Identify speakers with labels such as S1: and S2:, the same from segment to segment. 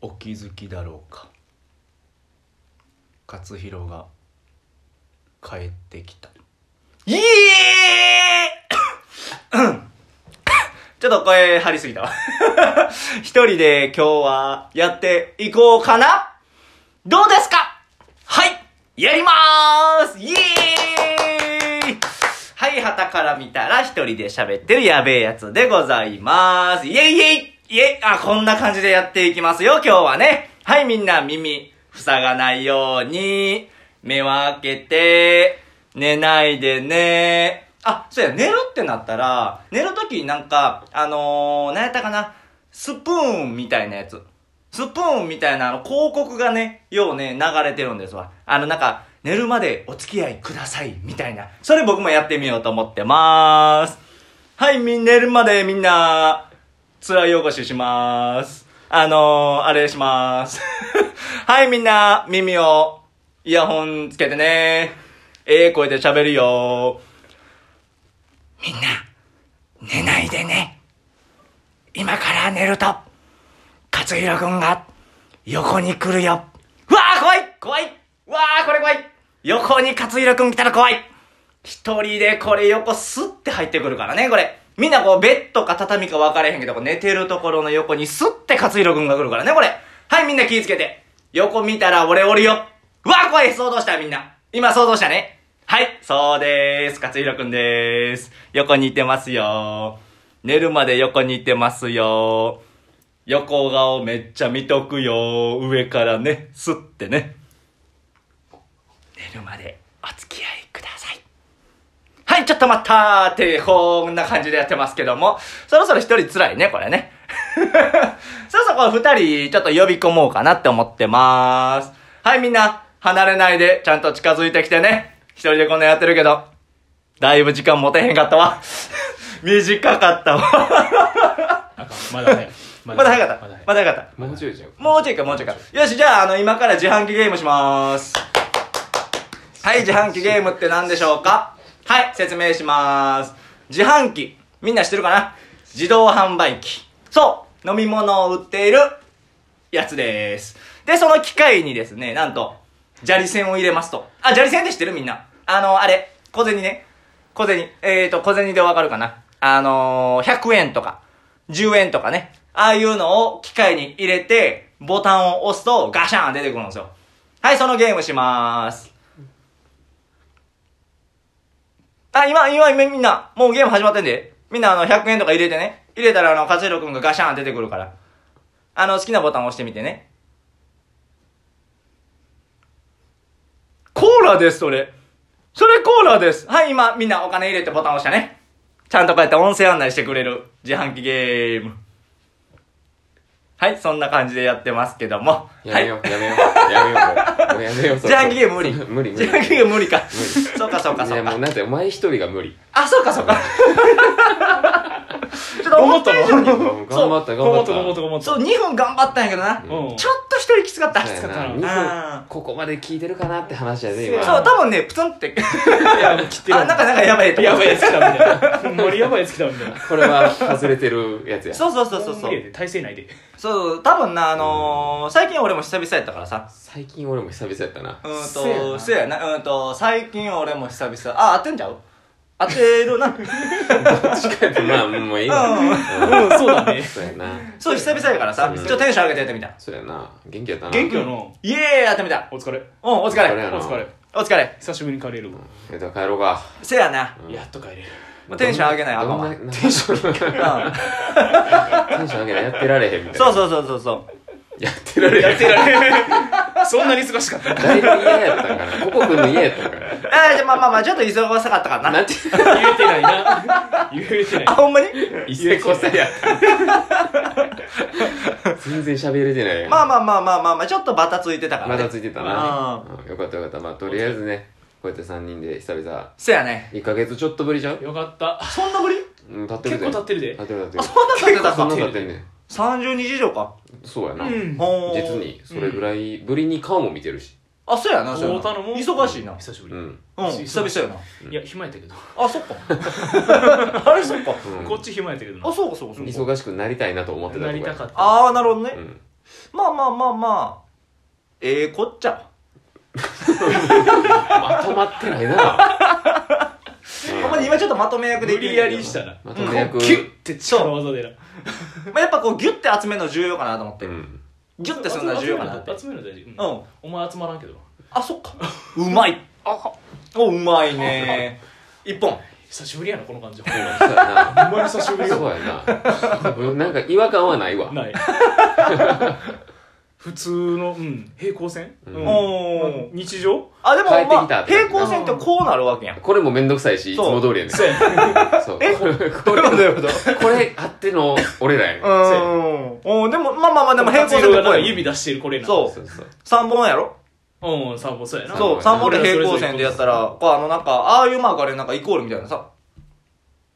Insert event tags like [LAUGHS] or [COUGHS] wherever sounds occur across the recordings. S1: お気づきだろうか勝弘が帰ってきたいえー [COUGHS] ちょっと声張りすぎたわ [LAUGHS] 一人で今日はやっていこうかなどうですかはいやりまーすイエーイはい、旗から見たら一人で喋ってるやべえやつでございます。イェイイェイイェイあ、こんな感じでやっていきますよ、今日はね。はい、みんな耳、塞がないように、目は開けて、寝ないでね。あ、そうや、寝るってなったら、寝るときになんか、あのー、何やったかな、スプーンみたいなやつ。スプーンみたいなあの広告がね、ようね、流れてるんですわ。あのなんか、寝るまでお付き合いください、みたいな。それ僕もやってみようと思ってまーす。はい、み、寝るまでみんな、辛いおこししまーす。あのー、あれしまーす。 [LAUGHS] はい、みんな、耳を、イヤホンつけてね。ええ声で喋るよみんな、寝ないでね。今から寝ると。勝弘くんが横に来るよ。うわー怖い怖いうわーこれ怖い横に勝弘くん来たら怖い一人でこれ横スッて入ってくるからね、これ。みんなこうベッドか畳か分かれへんけど、こう寝てるところの横にスッて勝弘くんが来るからね、これ。はい、みんな気ぃつけて。横見たら俺おるよ。うわー怖い想像したみんな。今想像したね。はい、そうでーす。勝弘くんでーす。横にいてますよ寝るまで横にいてますよ横顔めっちゃ見とくよ上からねすってね寝るまでお付き合いくださいはいちょっと待ったーってこんな感じでやってますけどもそろそろ一人辛いねこれね [LAUGHS] そろそろこれ二人ちょっと呼び込もうかなって思ってまーすはいみんな離れないでちゃんと近づいてきてね一人でこんなやってるけどだいぶ時間持てへんかったわ [LAUGHS] 短かったわ
S2: あかん
S1: [LAUGHS]
S2: まだ早い。
S1: まだ早かった
S2: まだ早い
S1: まだ早かった
S3: もうちょいじゃん
S1: もうちょいか、もうちょいか。よし、じゃあ、あの、今から自販機ゲームしまーす。はい、自販機ゲームって何でしょうかはい、説明しまーす。自販機。みんな知ってるかな自動販売機。そう飲み物を売っているやつでーす。で、その機械にですね、なんと、砂利線を入れますと。あ、砂利線って知ってるみんな。あの、あれ、小銭ね。小銭。えーと、小銭でわかるかな。あのー、100円とか、10円とかね。ああいうのを機械に入れて、ボタンを押すとガシャン出てくるんですよ。はい、そのゲームしまーす。あ、今、今、今みんな、もうゲーム始まってんで。みんなあの、100円とか入れてね。入れたらあの、勝弘くんがガシャン出てくるから。あの、好きなボタンを押してみてね。コーラです、それ。それコーラです。はい、今、みんなお金入れてボタン押したね。ちゃんとこうやって音声案内してくれる自販機ゲーム。はい、そんな感じでやってますけども。
S3: やめよう、やめよう、やめよう、もう。もうやめよう、
S1: 自
S3: そ
S1: 販機ゲーム無理。
S3: [LAUGHS] 無理、無理。
S1: 自販機ゲーム無理か。そうかそうか
S3: い
S1: そ
S3: や、
S1: う
S3: も
S1: か
S3: う。なんて、お前一人が無理。
S1: あ、そうかそうか。ちょっと思った以上に。
S3: 頑張った、頑張った。
S2: ごもっとごもっと
S1: そう、2分頑張ったんやけどな。
S2: ごもっと。うん
S1: ちょっと一人きつかった。きつか
S3: そう
S1: っ
S3: や
S1: た
S3: な
S2: うん
S3: 二
S1: あ
S3: 分ここまで聞いてるかなって話やね、
S2: そう
S3: 今。
S1: そう、多分ね、プツンって。
S2: いや、もう切ってる。
S1: あ、なんかなんかやばいと思
S2: や
S1: う
S2: ばいやつ来たみたいな。ほんまにやばいやつ来たみたいな。
S3: これは外れてるやつや。
S1: そうそうそうそうそ
S2: ほんまにや
S1: う。
S2: で体勢ないで。
S1: そう、多分な、あのー、最近俺も久々やったからさ。
S3: 最近俺も久々やったな
S1: う。ーん
S2: せや
S1: と、
S2: な
S1: せやな。うーんと、最近俺も久々。あ、当てんちゃう当てる
S3: [LAUGHS]
S1: な。
S3: まあ、 [LAUGHS] もういい
S1: うん
S3: わ。うん
S2: うん、そうだね。
S3: そうやな。
S1: そう、久々やからさ。ちょっとテンション上げてやってみた。
S3: そうやな。元気やったな。
S2: 元気やな。お
S1: イエーイやってみた。
S2: 疲れ。
S1: うん、お疲
S3: お疲れ
S1: れ。
S3: や
S2: お
S3: な
S2: 疲れ。
S1: お疲れ。
S2: 久しぶりに帰れる。
S3: えっと、帰ろうか。
S1: せやな。
S2: やっと帰れる。 [LAUGHS]
S1: もうテンション上げないあかん
S3: どん
S1: わ
S3: な、テンション、テン
S1: うん
S3: ション上げない。やってられへんみたいな。
S1: そうそうそうそうそう。
S3: やってられへん。
S2: てられる。そんなに忙しかった。
S3: だいぶ嫌やったから。ここくんの嫌やったから。
S1: あーじゃあまあまあまあ、ちょっと忙しかったからな。
S3: なんて、 [LAUGHS]
S2: 言えてないな。言えて
S1: あ、
S2: ない。
S1: ほんまに
S3: 伊勢こせやった。全然喋れてないやん。
S1: まあまあまあまあまあまあ、ちょっとバタついてたからね。
S3: まだついてたな
S1: う。
S3: うんよかったよかった。まあ、とりあえずね、こうやって3人で久々、
S1: せやね。
S3: 1ヶ月ちょっとぶりじゃん
S2: よかった。
S1: そんなぶり
S3: うん、経ってる
S2: 結
S3: で。
S2: 構経ってるで
S3: 経。ってる経って
S1: あ、
S3: る。
S1: そんな経ってた
S3: そんな
S1: か。
S3: 経ってんねん。
S1: 30日以上か。
S3: そうやな。
S2: うん
S1: ほー
S3: 実に、それぐらいぶりに顔も見てるし。
S1: あ、そうやな、そうや
S2: 大
S1: な
S2: 田のも。
S1: 忙しいな。
S2: 久しぶ
S3: う
S2: り。
S3: ん。
S1: うん、久々や
S2: いや、暇やったけど。
S1: な。あ、そっか。あれ、そっか。
S3: うん
S2: こっち暇やったけどな
S1: あ、。そうか、そうか、そうか。
S3: 忙しくなりたいなと思ってたとこ
S2: な
S3: や
S2: りたかった。
S1: あー、なるほどね。
S3: うん。
S1: まあまあまあまあ、ええこっちゃ。
S2: まとまってないな
S1: ほんまに今ちょっとまとめ役で
S2: 無
S1: いけ
S2: 理
S1: んね
S2: や
S1: んけど
S2: りしたら
S3: まとめ役
S2: キュッて力技でな
S1: まあ、やっぱこうギュッて集めるの重要かなと思って、
S3: うん
S1: ギュッてするのは重要かなって
S2: 集めるの大事
S1: うん
S2: お前集まらんけど
S1: あそっかうまいあおうまいね一本
S2: 久しぶりやなこの
S1: [LAUGHS]
S2: 感じほん
S3: そうや
S2: まに久しぶ
S3: な
S2: り
S3: そう
S2: よ
S3: やな [LAUGHS] うんなんか違和感はないわ
S2: ない [LAUGHS] 普通の、うん、平行線、
S3: う
S2: うんん
S1: おー
S2: まあ日常
S1: あでも
S3: 帰って
S1: ま
S3: きた
S1: あ
S3: って
S1: 平行線ってこうなるわけやん
S3: これもめんどくさいしいつ
S1: そう
S3: も通りやねん
S2: そうやね
S3: そう
S1: え
S3: これこ
S1: どういうことどういうこと
S3: れこれあっての俺ら
S1: う
S3: やねん
S1: んおーでもまあまあまあでも平行線って
S2: が
S1: こう
S2: な
S1: や
S2: 指
S1: ん
S2: 出してるこれな
S1: そう
S3: そうそう
S1: 3本やろ
S2: うんうん三本そうやな
S1: そう3本で平行線でやったらこうあのなんかああいうマークあれなんかイコールみたいなさ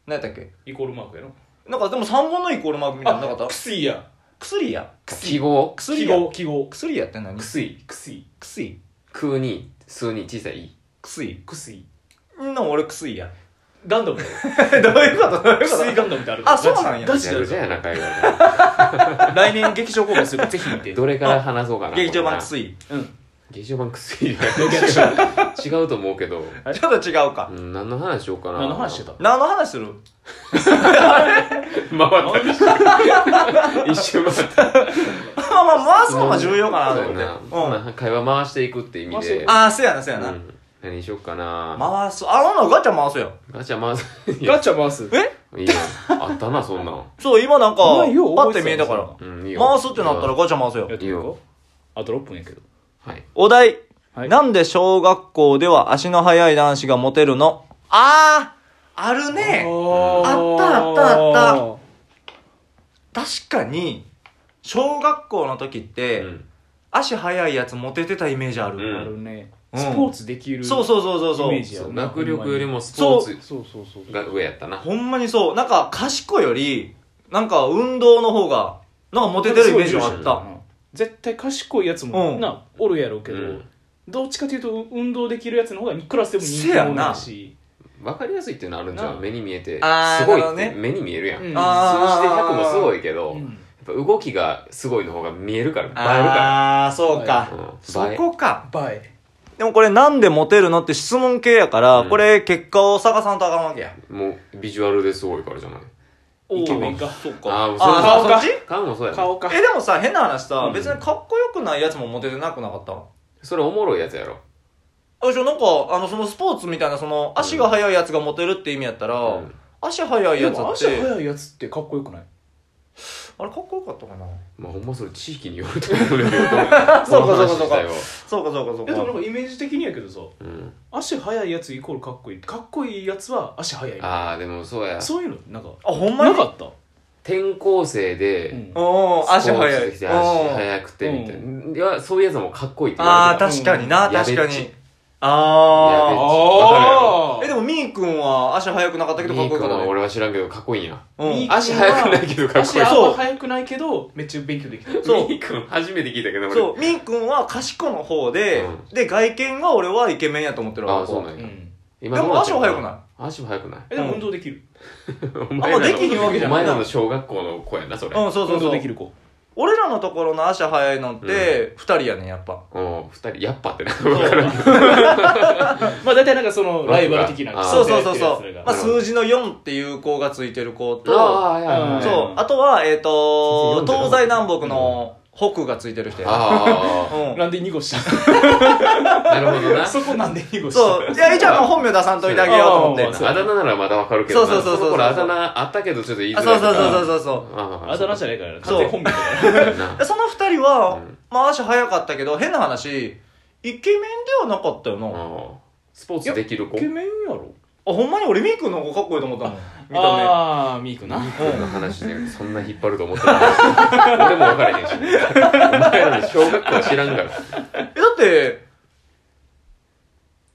S1: 何やったっけ
S2: イコールマークやろ
S1: なんかでも3本のイコールマークみたいなのなかった
S2: 薬や
S1: 薬や
S3: 記号
S1: 薬
S2: 記
S1: や
S2: 号記号
S1: 薬やって何
S3: くすい
S2: 薬
S1: 薬
S3: 空に数に小さいい
S1: 薬
S2: 薬
S1: んの俺薬や
S2: ガンダムだよ
S1: [LAUGHS] どういうことどういうこと
S2: 薬ガンダムってある
S1: あそうなんや
S2: ガ
S3: ぐ
S2: チ
S3: ち
S2: だ
S3: ゃ
S2: よ
S3: ぐちゃやな会話
S2: 来年劇場公開するぜひ見て
S3: がどれから話そうかな
S1: 劇場版
S3: これな
S1: 薬
S2: うん
S3: 劇場版くすいは違うと思うけど
S2: あれ
S1: ちょっと違うか
S3: う。ん何の話しようかな
S2: 何の話してた
S1: 何の話する [LAUGHS]
S3: 回った一周回った
S1: まあまあ、回すのが重要かなと
S3: そう
S1: 思って。
S3: や
S1: うん。
S3: な会話回していくって意味で
S1: ああ、そうやな、そうやな。
S3: うん何しようかな
S1: 回す。あ、ほんならガチャ回すよ。
S3: ガチャ回すいや
S2: ガチャ回す
S1: え
S3: いいやあったなそんなん
S1: そう、今なんか、パ
S2: お前よう
S1: ッ
S2: 覚
S1: て
S2: え
S1: 見
S2: てた
S1: えたから。
S3: うんいいよ
S1: 回すってなったらガチャ回すよ
S2: やっ。てみようかあと6分やけど
S3: はい
S1: お題。
S2: はい
S1: なんで小学校では足の速い男子がモテるのああ、あるね。あったあったあった
S2: あっ
S1: 確かに、小学校の時っ
S3: う
S1: て、
S3: ん
S1: 足速いやつモテてたイメージある。
S3: うん
S2: あるね
S1: うん
S2: スポーツできる
S1: そうそうそうそうそ
S2: イメ
S1: う
S2: ー。ジや
S3: そう
S2: ろな
S3: 学力よりもスポーツ
S2: そうそうそうそう
S3: が上やったな
S1: ほんまにそう。なんか、賢いより、なんか、運動の方が、なんかモテてるイメージがあった。
S2: 絶対賢いやつ
S1: う
S2: も
S1: ん
S2: なおるやろうけど
S3: うん
S2: どっちかというと運動できるやつの方がクラスでも人
S1: せ
S2: 気
S1: やな
S2: もないし
S3: わかりやすいっていうのあるんじゃ
S2: なん
S3: 目に見えて
S1: あー
S3: すごい
S1: なるほ
S3: っ
S1: どね
S3: て目に見えるや
S2: う
S3: ん数字
S2: ん
S3: で
S1: あー
S3: 100もすごいけど
S2: う
S3: やっ
S2: ん
S3: ぱ動きがすごいの方が見えるから映えるか
S1: ああ、そうか。
S3: らうん
S1: そ
S3: 映え
S1: こか。
S2: バイ
S1: でもこれなんでモテるのって質問系やから、
S3: うん
S1: これ結果を探さんとあかんわけや。
S3: もうビジュアルですごいからじゃない
S2: イケメンか
S1: そう
S3: あ
S1: か。あ
S2: そ
S3: ー
S2: う
S1: ー
S2: か
S1: そっち
S3: 顔もそうやな
S2: 顔か
S1: え、でもさ、変な話さ
S3: う、ん
S1: 別にかっこよくないやつもモテてなくなかった
S3: それおもろいやつやろ
S1: あ、じゃあなんか、あの、そのスポーツみたいな、その、足が速いやつがモテるって意味やったら、
S3: うん
S1: 足速い
S2: で
S1: やつって、
S2: も足速いやつってかっこよくない
S1: あれかっこよかったかな
S3: まあほんまそれ地域によると思うねんけど [LAUGHS] こ
S1: [LAUGHS] そ
S3: の話
S1: うかそうかそうか
S3: 自体は
S1: そうかそうかそ
S2: えで
S1: う
S2: もなん
S1: か。
S2: かイメージ的にやけどさ
S3: うん
S2: 足速いやつイコールかっこいいかっこいいやつは足速い
S3: ああでもそうや
S2: そういうのなんか
S1: あ、ほんま
S2: な
S1: に
S2: かった
S3: 転校生で
S2: うん
S1: おー、足速い。
S3: スポーツできて
S1: うん
S3: 足速くてみたいないやそういうやつもかっこいいって
S1: あ
S3: 言わ
S1: ー、
S3: れる
S1: 確かにな、
S3: うんやべ
S1: 確
S3: っち
S1: かに。あ
S3: あ
S1: ー。え、で
S2: も
S1: も、みーくんは足速くなかったけど、かっこよかったね。
S3: 俺は知らんけどかっこいいんや
S1: うん
S2: みー
S3: 足速くないけどかっこいい
S2: 足あん
S1: そう
S2: ま速くないけどめっちゃ勉強できた
S1: そう
S3: みーくん初めて聞いたけど俺
S1: そう、みーくんは賢の方で、
S3: う
S1: で、外見は俺はイケメンやと思ってるわ
S3: ああそうなん
S2: う
S3: や
S2: ん
S3: 今
S1: でも
S3: どうなってる
S1: 足は速くない
S3: 足は速くない
S2: えでも運動できる
S3: お前らの
S1: あんまできひんわけじゃ
S3: お
S1: ない
S3: 前らの小学校の子やなそれ
S1: うん、そうそう
S2: 運動
S1: そ
S2: でき
S1: う。
S2: る子
S1: 俺らのところの足早いのって、二人やねん、やっぱ。
S3: うん二人やっぱってな
S1: そう
S3: 分からんけど
S2: まあ大体なんかそのライバル的な
S1: そうそうそうそ
S2: やってる
S1: う
S2: や。つら
S1: ま
S2: が
S1: あ、数字の4っていう子がついてる子と、
S3: ああいやいやいや
S1: そう
S2: う、ん
S1: あとは、えっと、
S3: 全然
S1: 東
S3: 四
S1: 西
S3: だよ
S1: 南北の北がついてる人や。
S3: あ
S1: うん。
S2: なんで濁した
S3: あなるほど
S2: [LAUGHS]
S3: な
S2: そこなんで濁した
S1: そう、いや、一応あの本名出さんといてあげようと思ってん
S2: あ
S1: な。
S2: そう
S3: あだ名ならまだわかるけどな
S1: そうそうそうそう
S3: の頃あだ名あったけどちょっと言いづ
S1: あ、
S3: らい
S1: そうそう
S3: から
S1: そうそうそう。
S3: あ
S2: あだ名じ
S3: ゃ
S2: ゃないからな
S1: そう
S2: 完全本名だから
S1: でその二人は、
S3: うん
S1: まあ足早かったけど、変な話、イケメンではなかったよな。あ、
S3: スポーツできる子
S2: イケメンやろ
S1: ほんまに俺ミー君の方がかっこいいと思ったもん。見た
S2: ああーミークな
S1: 目。
S3: こん
S1: うん
S3: な話でそんな引っ張ると思ってない俺も分からへんしお前らの小学校知らんから
S1: え、だって、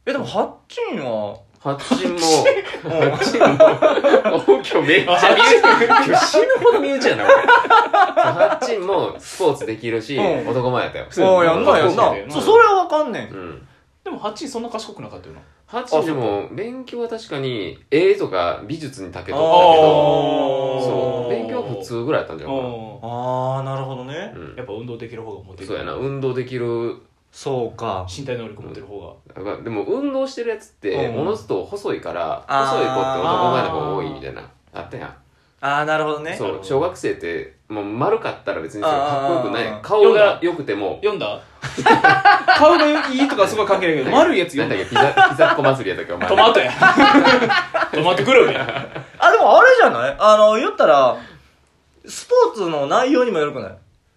S1: え、でも、ハッチンは、
S3: 八チンも
S1: うん
S3: 八チンもお今日めっちゃ身内今日死ぬほど身内やな俺八チンもスポーツできるし
S1: うん
S3: 男前やったよ
S1: そうやんな、やん
S2: そうや
S1: な。
S2: な
S1: そう、それはわかんねん。
S3: うん
S2: ででも8位そんな賢くなかったよな
S3: ハチでも、勉強は確かに、絵とか美術に長け
S1: あ
S3: とったけ
S1: ー
S3: ど、そう。勉強は普通ぐらいだったんじゃないかな。
S2: う
S1: ああなるほどね
S3: うん
S2: んやっぱ運動できる方がモテる
S3: そうやな、運動できる。
S1: そうか
S2: 身体能力持ってる方が
S3: だからでも、運動してるやつって、
S1: うん
S3: ものずっと細いから、
S1: あー
S3: 細い子って男前の方が多いみたいな。あったやん。
S1: ああなるほどね
S3: そう
S2: なるほど
S3: 小学生ってもう丸かったら別にそれかっこよくな
S1: あー
S3: い顔が良くても
S2: 読んだ [LAUGHS] 顔がいいとかすごい関係ないけど丸いやつ
S3: な
S2: 読
S3: ん
S2: ん
S3: だ
S2: だ
S3: っけピザピザっ子祭りやったっけお前
S2: トマトやトマトグルメや
S1: あでもあれじゃないあの言ったらスポーツの内容にもよるくない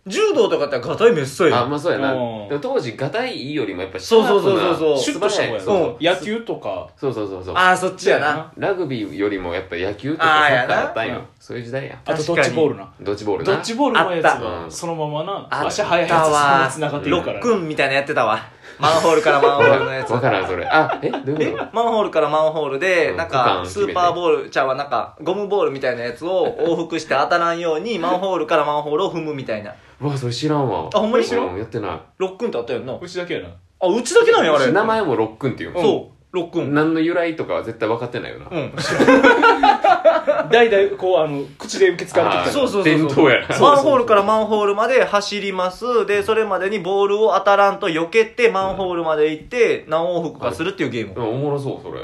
S1: 柔道とかってガタイめっそう
S3: あ
S1: やん
S3: まあそうやな
S2: うん
S3: でも当時がたいいいよりもやっぱ
S1: そうそうそうそうそう
S2: シュッとした方やな
S1: そう
S2: そう野球とか
S3: そうそうそうそう
S1: ああそっちやな
S3: ラグビーよりもやっぱ野球とか
S1: あー
S3: サ
S1: や
S3: ッ
S1: な
S3: カーやったん
S2: う
S3: よ
S2: ん
S3: そういう時代や
S2: あとドッジボールな
S3: ドッジボール
S2: ド
S3: な
S2: ッジボールのやつ
S3: あった
S2: はそのままな
S1: あったわ
S2: 足速いやつはそのまま繋がってい
S1: ロ
S2: くか
S1: ッ
S2: ら
S1: クンみたいなやってたわマンホールからマンホールの
S3: [LAUGHS]
S1: やつ
S3: わからんそれあえどういうこと
S1: マンホールからマンホールで、
S3: うん
S1: なん
S3: 区間
S1: か、
S3: を決
S1: ス
S3: めて
S1: ーパーボール、ちゃうわ、なんか、ゴムボールみたいなやつを往復して当たらんように、マンホールからマンホールを踏むみたいな。
S3: うわそれ知らんわ
S1: あほんまに知らん
S3: うやってな
S1: ロックンってあったよな。
S2: うちだけやな
S1: あ、うちだけなんや、あれ。
S3: い名前もロックンっていうん
S1: そう、ロックン。
S3: 何の由来とかは絶対分かってないよな
S1: うん。
S2: 代々こうあの口で受け継がれてきた
S3: あー
S2: の
S1: そうそうそうそう
S3: 伝統やな
S1: マンホールからマンホールまで走ります。で、それまでにボールを当たらんと避けて、マンホールまで行って、何往復かするっていうゲーム
S3: う。んおもろそうそれ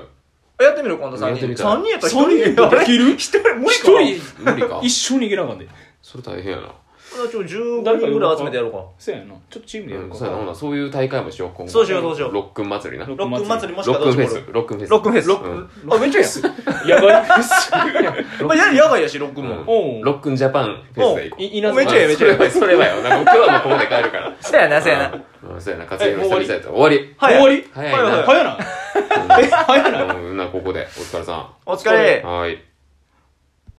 S1: あやってみる今度3
S3: やって
S1: 人。
S3: みたい
S1: 3人やったら1
S2: 三人
S1: 人
S2: ででき
S1: る ?1 人無理かな。
S2: 一人
S3: 無理か
S2: 一生逃げなあかんで
S3: それ大変やな
S1: ちょ15人ぐらい集めてやろうか。
S2: そうやなちょっとチームでやる
S3: うん
S2: か
S3: そうやなほなそういう大会もしよう今後
S1: そうしようそうしよう
S3: ロックン祭りな
S2: ロ
S3: ロ
S1: ロックン祭りもしくは
S3: ッ
S1: どっ
S3: クン
S1: ち
S3: フ
S1: も
S3: ェスロックンフェス
S1: ロックンフェス。
S3: うん
S1: あ、めっちゃいいっす。
S2: やばいフェス
S1: まあ、ややばいやし、ロックンも。
S3: うん
S2: おう
S3: ロックンジャパンフェスで行こう
S2: い稲妻
S1: めっちゃええめっちゃええ
S3: それはそれはよなんか今日はもうここで帰るから
S1: そうやな、そうやな。
S3: なそうやな活躍
S2: えもう終わ
S3: 久々
S2: り
S3: やった終わり
S1: はい
S2: 終わり
S3: 早いな
S1: はい
S2: 早なえ早な
S3: うんうんなここでお疲れさ
S1: お疲れ。
S3: んはい